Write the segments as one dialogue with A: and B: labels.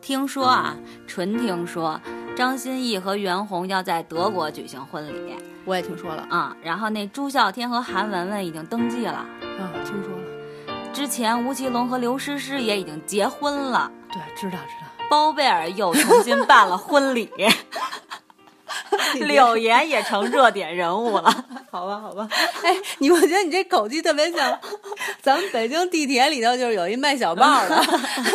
A: 听说啊，纯听说，张歆艺和袁弘要在德国举行婚礼
B: 我也听说了
A: 啊、然后那朱孝天和韩雯雯已经登记了，
B: 啊，听说了，
A: 之前吴奇隆和刘诗诗也已经结婚了，
B: 对，知道 知
A: 包贝尔又重新办了婚礼，
B: 道。
A: 柳岩也成热点人物了。
B: 好吧，好吧， 哎，你我觉得你这口气特别像咱们北京地铁里头，就是有一卖小报 的，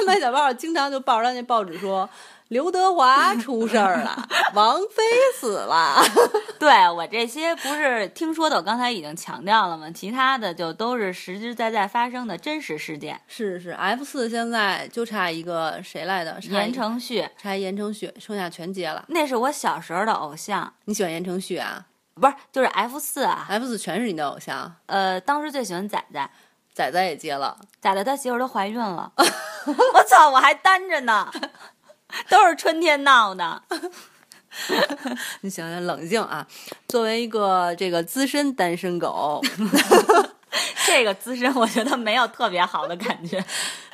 B: 卖小报经常就报上那报纸说刘德华出事儿 了，王菲死了，
A: 对我这些不是听说的，我刚才已经强调了吗？其他的就都是实实在在发生的真实事件。
B: 是是，F 四现在就差一个谁来的？差一
A: 言承旭，
B: 差一言承旭，剩下全接了。
A: 那是我小时候的偶像，
B: 你喜欢言承旭啊
A: 不是就是 F 四啊。
B: ？F 四全是你的偶像，
A: 呃，当时最喜欢仔仔，
B: 仔仔也接了，
A: 仔仔他媳妇儿都怀孕 了，我操，我还单着呢，都是春天闹的。
B: 你想想冷静啊！作为一个这个资深单身狗，
A: 这个资深我觉得没有特别好的感觉。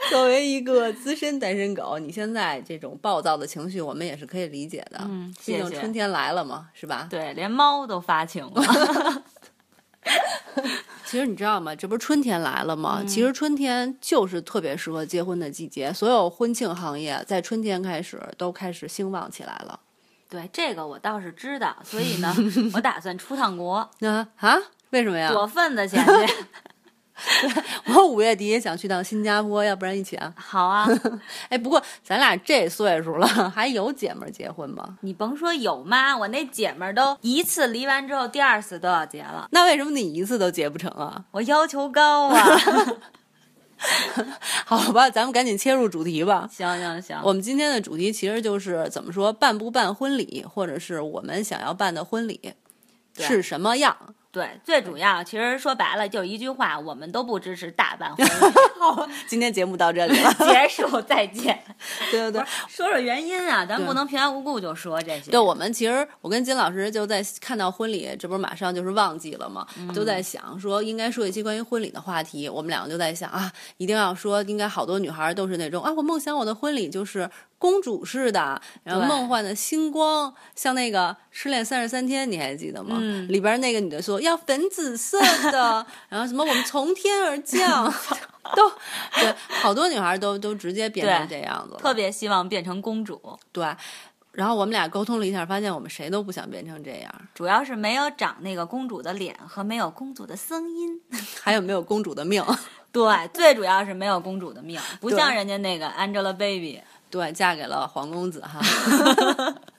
B: 作为一个资深单身狗，你现在这种暴躁的情绪，我们也是可以理解的。
A: 嗯
B: 毕
A: 谢
B: 竟
A: 谢
B: 春天来了嘛，是吧？
A: 对，连猫都发情了。
B: 其实你知道吗？这不是春天来了吗？其实春天就是特别适合结婚的季节，所有婚庆行业在春天开始都开始兴旺起来了。
A: 对，这个我倒是知道，所以 呢，我打算出趟国，
B: 那啊，为什么呀？
A: 躲份子钱去。
B: 我五月底想去趟新加坡，要不然一起啊？
A: 好啊，
B: 哎，不过咱俩这岁数了， 还有姐们儿结婚吗？
A: 你甭说有妈，我那姐们儿都一次离完之后，第二次都要结了。
B: 那为什么你一次都结不成啊？
A: 我要求高 啊！
B: 好吧，咱们赶紧切入主题吧。
A: 行行行，
B: 我们今天的主题其实就是怎么说办不办婚礼，或者是我们想要办的婚礼
A: 对
B: 是什么样？
A: 对，最主要其实说白了就一句话，我们都不支持大办婚礼。
B: 今天节目到这里 了，
A: 结束，再见。
B: 对对对。
A: 说说原因啊，咱
B: 对
A: 不能平白无故就说这些。
B: 对我们其实，我跟金老师就在看到婚礼，这不是马上就是旺季了嘛，就
A: 嗯
B: 在想说应该说一些关于婚礼的话题。我们两个就在想啊，一定要说，应该好多女孩都是那种啊，我梦想我的婚礼就是公主式的，然后
A: 对
B: 梦幻的星光，像那个《失恋三十三天》，你还记得吗？
A: 嗯
B: 里边那个女的说要粉紫色的，然后什么我们从天而降， 都对，好多女孩都都直接变成这
A: 对
B: 样子了，
A: 特别希望变成公主，
B: 对，然后我们俩沟通了一下，发现我们谁都不想变成这样。
A: 主要是没有长那个公主的脸和没有公主的声音。
B: 还有没有公主的命？
A: 对，最主要是没有公主的命，不
B: 对
A: 像人家那个 Angelababy。
B: 对，嫁给了黄公子哈。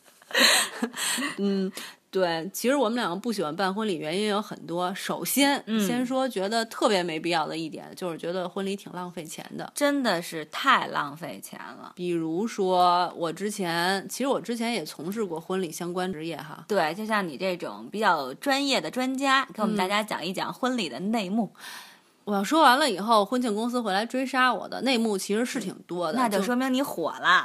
B: 嗯，对，其实我们两个不喜欢办婚礼，原因有很多。首先，
A: 嗯
B: 先说觉得特别没必要的一点，就是觉得婚礼挺浪费钱的。
A: 真的是太浪费钱了。
B: 比如说，我之前其实我之前也从事过婚礼相关职业哈，
A: 对，就像你这种比较专业的专家，给我们
B: 嗯
A: 大家讲一讲婚礼的内幕，
B: 我要说完了以后，婚庆公司会来追杀我的，内幕其实是挺多
A: 嗯
B: 的。
A: 那
B: 就
A: 就说明你火 了，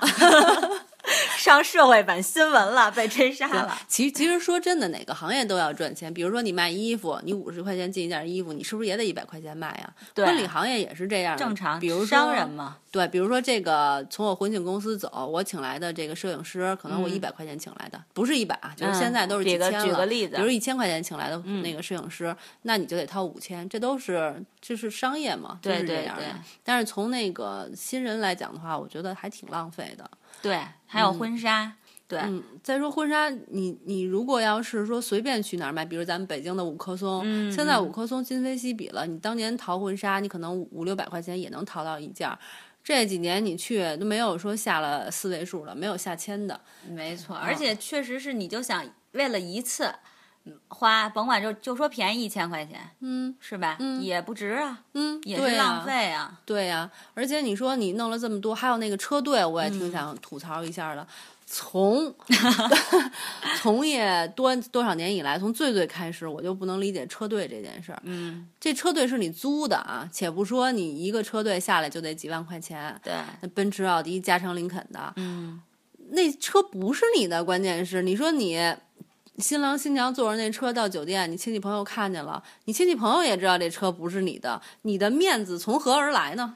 A: 上社会版新闻了，被追杀
B: 对
A: 了。
B: 其实其实说真的，哪个行业都要赚钱。比如说你卖衣服，你五十块钱进一件衣服，你是不是也得一百块钱卖呀？
A: 对
B: 婚礼行业也是这样的，
A: 正常，
B: 比如说
A: 商人嘛，
B: 对，比如说这个从我婚庆公司走，我请来的这个摄影师，可能我
A: 嗯
B: 一百块钱请来的，不是一百啊，就是
A: 嗯
B: 现在都是几
A: 举个
B: 千了。
A: 举个例子嗯
B: 比如一千块钱请来的那个摄影师，那你就得掏五千，这都是这是商业嘛，
A: 对
B: 就是这
A: 对
B: 样的
A: 对。
B: 但是从那个新人来讲的话，我觉得还挺浪费的。
A: 对，还有婚纱，对、
B: 嗯，再说婚纱，你你如果要是说随便去哪儿买，比如咱们北京的五棵松，
A: 嗯
B: 现在
A: 嗯
B: 五棵松今非昔比了。你当年淘婚纱，你可能五五六百块钱也能淘到一件儿。这几年你去都没有说下了四位数了，没有下千的。
A: 没错，而且确实是，你就想为了一次嗯花，甭管就就说便宜一千块钱，
B: 嗯
A: 是吧？
B: 嗯
A: 也不值啊，
B: 嗯，
A: 也
B: 对
A: 是
B: 呀
A: 浪费啊。
B: 对呀、而且你说你弄了这么多，还有那个车队，我也
A: 嗯
B: 挺想吐槽一下的。 从从业多多少年以来，从最最开始，我就不能理解车队这件事儿。
A: 嗯，
B: 这车队是你租的啊，且不说你一个车队下来就得几万块钱，
A: 对，
B: 那奔驰、奥迪、加长、林肯的，
A: 嗯，
B: 那车不是你的，关键是你说你。新郎新娘坐着那车到酒店，你亲戚朋友看见了，你亲戚朋友也知道这车不是你的，你的面子从何而来呢？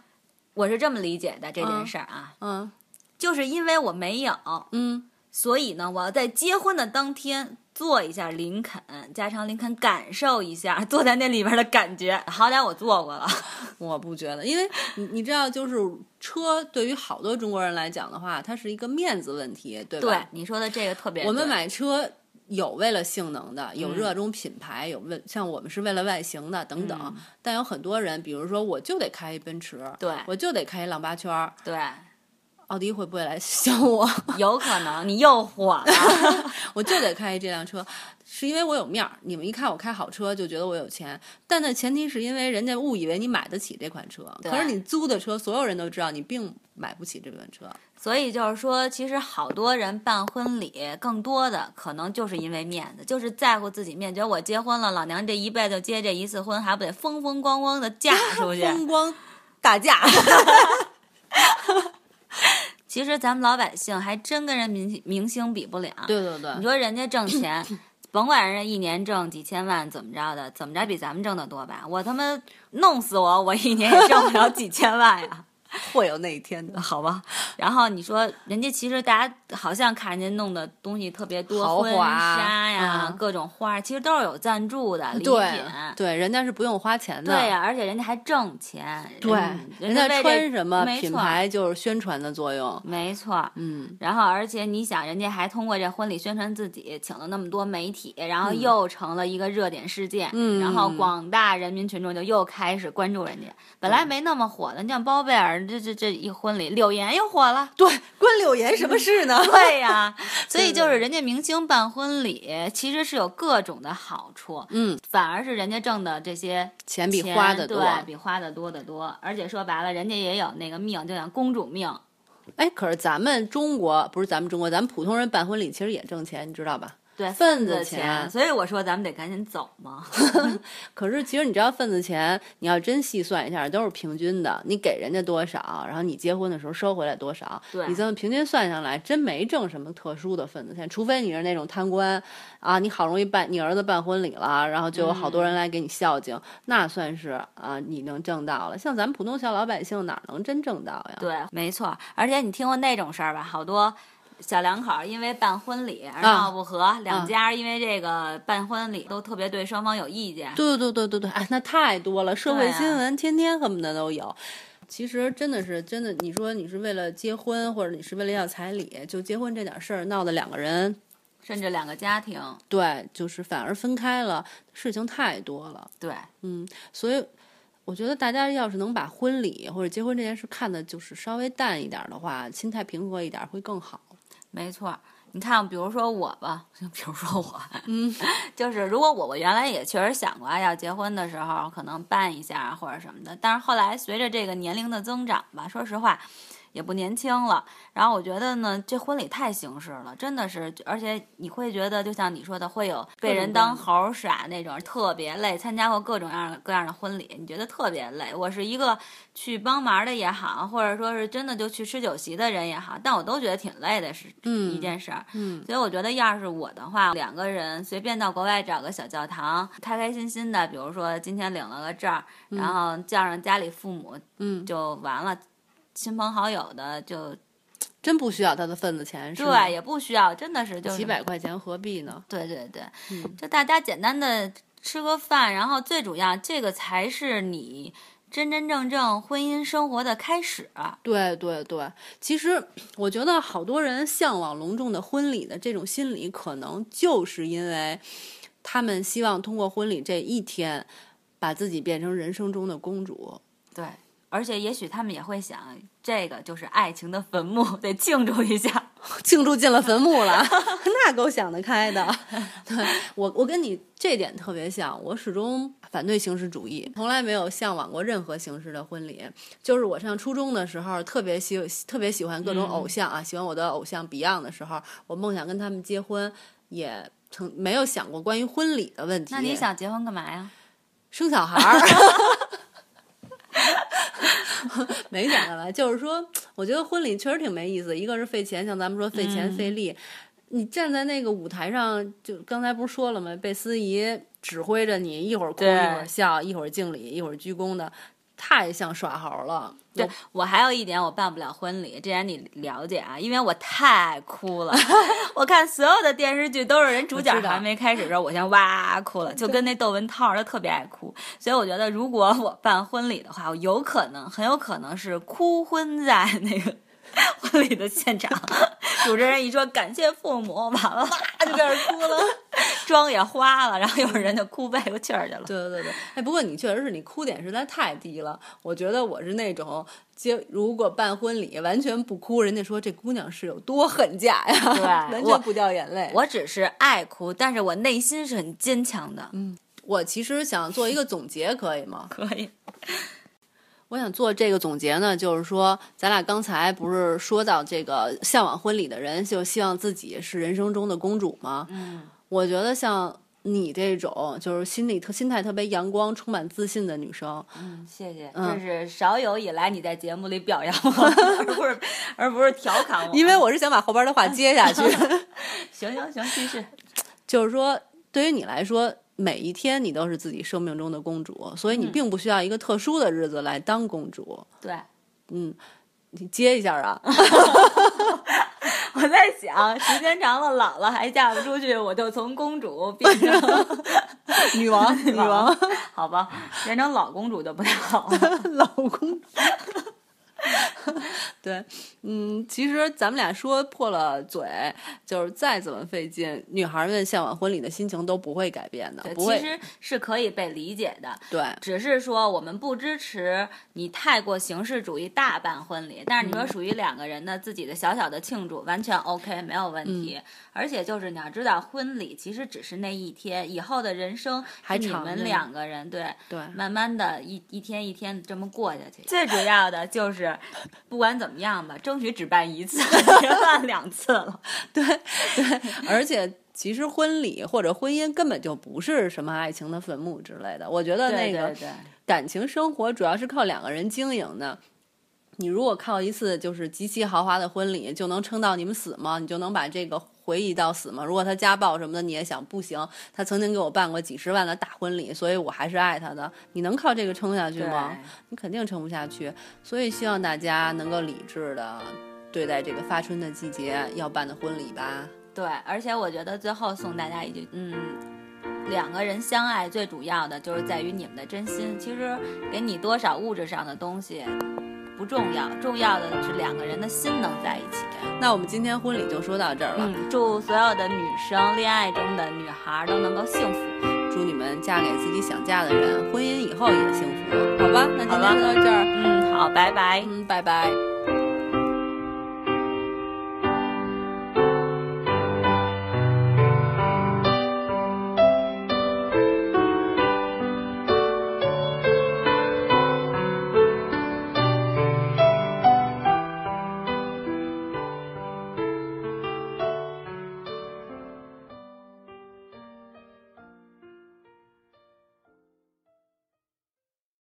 A: 我是这么理解的这件事儿啊，
B: 嗯，
A: 就是因为我没有，
B: 嗯，
A: 所以呢，我要在结婚的当天坐一下林肯，加长林肯，感受一下坐在那里边的感觉。好歹我坐过了，
B: 我不觉得，因为你你知道，就是车对于好多中国人来讲的话，它是一个面子问题，对吧？
A: 你说的这个特别对。嗯
B: 我们买车有为了性能的，有热衷品牌，有为像我们是为了外形的等等。但有很多人，比如说我就得开一奔驰，
A: 嗯对
B: 我就得开一浪八圈儿，
A: 对，
B: 奥迪会不会来想我？
A: 有可能你又火了，
B: 我就得开这辆车，是因为我有面儿。你们一看我开好车，就觉得我有钱，但那前提是因为人家误以为你买得起这款车，
A: 对
B: 可是你租的车，所有人都知道你并买不起这款车。
A: 所以就是说，其实好多人办婚礼，更多的可能就是因为面子，就是在乎自己面，觉得我结婚了，老娘这一辈子结这一次婚，还不得风风光光的嫁出 去？
B: 风光大嫁，
A: 其实咱们老百姓还真跟人明明星比不了。
B: 对对对
A: 你，说人家挣钱，甭管人家一年挣几千万怎么着的，怎么着比咱们挣的多吧？我他妈弄死我，我一年也挣不了几千万呀，
B: 会有那一天的。
A: 好吧？然后你说人家其实大家好像看人家弄的东西特别多，
B: 豪华
A: 婚纱呀、
B: 嗯
A: 各种花，其实都是有赞助的礼品。
B: 对对，人家是不用花钱的。
A: 对呀、而且人家还挣钱，
B: 对
A: 人
B: 嗯人
A: 家
B: 家
A: 为这
B: 穿什么
A: 没
B: 品
A: 错
B: 牌就是宣传的作用。
A: 没错，
B: 嗯，
A: 然后，而且你想，人家还通过这婚礼宣传自己，请了那么多媒体，然后又成了一个热点事件，
B: 嗯。
A: 然后广大人民群众就又开始关注人家。本来没那么火的，你像包贝尔这这这一婚礼，柳岩又火了
B: 对，关柳岩什么事呢？
A: 对 呀、所以就是人家明星办婚礼，其实是有各种的好处，
B: 嗯，
A: 反而是人家挣的这些
B: 钱比
A: 钱
B: 花的多。
A: 对比花的多得多。而且说白了，人家也有那个命，就像公主命，
B: 哎，可是咱们中国不是咱们中国，咱们普通人办婚礼其实也挣钱，你知道吧？
A: 对
B: 份子
A: 子
B: 钱
A: 所以我说咱们得赶紧走 嘛。
B: 可是其实你知道，份子钱你要真细算一下，都是平均的。你给人家多少，然后你结婚的时候收回来多少，
A: 对
B: 你这么平均算上来，真没挣什么特殊的份子钱。除非你是那种贪官啊，你好容易办你儿子办婚礼了，然后就有好多人来给你孝敬，那算是啊你能挣到了。像咱们普通小老百姓哪能真挣到呀？
A: 对，没错。而且你听过那种事儿吧？好多小两口儿因为办婚礼而
B: 啊
A: 闹不和，两家儿因为这个办婚礼都特别对双方有意见。
B: 对对对对对，哎，那太多了，社会
A: 对啊
B: 新闻天天恨不得都有。其实真的是真的，你说你是为了结婚，或者你是为了要彩礼，就结婚这点事儿闹得两个人
A: 甚至两个家庭。
B: 对，就是反而分开了，事情太多了。
A: 对，
B: 嗯，所以我觉得大家要是能把婚礼或者结婚这件事看的就是稍微淡一点儿的话，心态平和一点儿会更好。
A: 没错儿。你看，比如说我吧， 比如说我，嗯， 就是如果我我原来也确实想过啊，要结婚的时候可能办一下啊或者什么的，但是后来随着这个年龄的增长吧，说实话也不年轻了。然后我觉得呢，这婚礼太形式了，真的是，而且你会觉得就像你说的，会有被人当猴儿耍那种，特别累。参加过各种各样的各样的婚礼，你觉得特别累。我是一个去帮忙的也好，或者说是真的就去吃酒席的人也好，但我都觉得挺累的，是
B: 嗯
A: 一件事儿。
B: 嗯，
A: 所以我觉得，要是我的话，两个人随便到国外找个小教堂，开开心心的，比如说今天领了个证儿，然后叫上家里父母，
B: 嗯，
A: 就完了。亲朋好友的就
B: 真不需要他的份子钱，是吗
A: 对，也不需要，真的是就是
B: 几百块钱何必呢？
A: 对对对，
B: 嗯
A: 就大家简单的吃个饭，然后最主要这个才是你真真正正婚姻生活的开始。啊
B: 对对对，其实 我觉得好多人向往隆重的婚礼的这种心理，可能就是因为他们希望通过婚礼这一天，把自己变成人生中的公主。
A: 对，而且也许他们也会想，这个就是爱情的坟墓， 得庆祝一下。
B: 庆祝进了坟 墓了，那够想得开的。 对我，我跟你这点特别像，我始终反对形式主义，从来没有向往过任何形式的婚礼。就是我上初中的时候，特别喜特别喜欢各种偶像啊，
A: 嗯
B: 喜欢我的偶像 Beyond 的时候，我梦想跟他们结婚，也曾没有想过关于婚礼的问题。
A: 那你想结婚干嘛呀？
B: 生小孩儿， 没想干嘛，就是说，我觉得婚礼确实挺没意思。一个是费钱，像咱们说费钱费
A: 嗯
B: 力，你站在那个舞台上，就刚才不是说了吗？被司仪指挥着你，一会儿哭一
A: 对
B: 会儿笑，一会儿敬礼一会儿鞠躬的。太像耍猴了。
A: 对我还有一点，我办不了婚礼，这点你了解啊，因为我太哭了。 我看所有的电视剧都是人主角
B: 我知道
A: 还没开始的时候，我先哇哭了，就跟那窦文涛儿，他特别爱哭。所以我觉得，如果我办婚礼的话，我有可能，很有可能是哭昏在那个 婚礼的现场。 主持人一说感谢父母，完了哇就开始哭了，妆也花了，然后有人就哭背过气儿去了。
B: 对对对对，哎，不过你确实是你哭点实在太低了。我觉得我是那种接如果办婚礼完全不哭，人家说这姑娘是有多狠嫁呀，
A: 对
B: 完
A: 我
B: 全不掉眼泪。
A: 我只是爱哭，但是我内心是很坚强的。
B: 我其实想做一个总结，可以吗？
A: 可以，
B: 我想做这个总结呢，就是说，咱俩刚才不是说到这个向往婚礼的人，就希望自己是人生中的公主吗？
A: 嗯，
B: 我觉得像你这种，就是心里特心态特别阳光、充满自信的女生，
A: 嗯，谢谢，
B: 嗯
A: 这是少有以来你在节目里表扬我， 而不是而不是调侃我。
B: 因为我是想把后边的话接 下去，
A: 行行行，继续。
B: 就是说，对于你来说。每一天你都是自己生命中的公主，所以你
A: 嗯
B: 并不需要一个特殊的日子来当公主。
A: 对，
B: 嗯，你接一下啊。
A: 我在想，时间长了，老了还嫁不出去，我就从公主变成
B: 女王， 女王，，
A: 好吧，变成老公主就不太好了。
B: 老公。对，嗯，其实咱们俩说破了嘴，就是再怎么费劲，女孩们向往婚礼的心情都不会改变的
A: 对，，
B: 不
A: 其
B: 会。
A: 实是可以被理解的，
B: 对，
A: 只是说我们不支持你太过形式主义大办婚礼，但是
B: 嗯
A: 你说属于两个人的自己的小小的庆祝，完全 OK，没有问题。
B: 嗯
A: 而且就是你要知道，婚礼其实只是那一天，以后的人生
B: 还
A: 是你
B: 长着
A: 们
B: 呢
A: 两个人对。
B: 对，
A: 慢慢的一一天一天地这么过下去，最主要的就是，不管怎么样吧，争取只办一次， 别办两次了。
B: 而且其实婚礼或者婚姻根本就不是什么爱情的坟墓之类的。我觉得那个
A: 对对对，
B: 感情生活主要是靠两个人经营的。你如果靠一次就是极其豪华的婚礼就能撑到你们死吗？你就能把这个回忆到死吗？如果他家暴什么的，你也想不行。他曾经给我办过几十万的大婚礼，所以我还是爱他的。你能靠这个撑下去
A: 对
B: 吗？你肯定撑不下去。所以希望大家能够理智的对待这个发春的季节要办的婚礼吧。
A: 对，而且我觉得最后送大家一句，嗯，两个人相爱最主要的就是在于你们的真心。其实给你多少物质上的东西不重要，重要的是两个人的心能在一起。
B: 那我们今天婚礼就说到这儿了，
A: 嗯，祝所有的女生、恋爱中的女孩都能够幸福。
B: 祝你们嫁给自己想嫁的人，婚姻以后也幸福，好吧？那今
A: 好吧
B: 天就到这儿。
A: 嗯，好，拜拜。
B: 嗯，拜拜。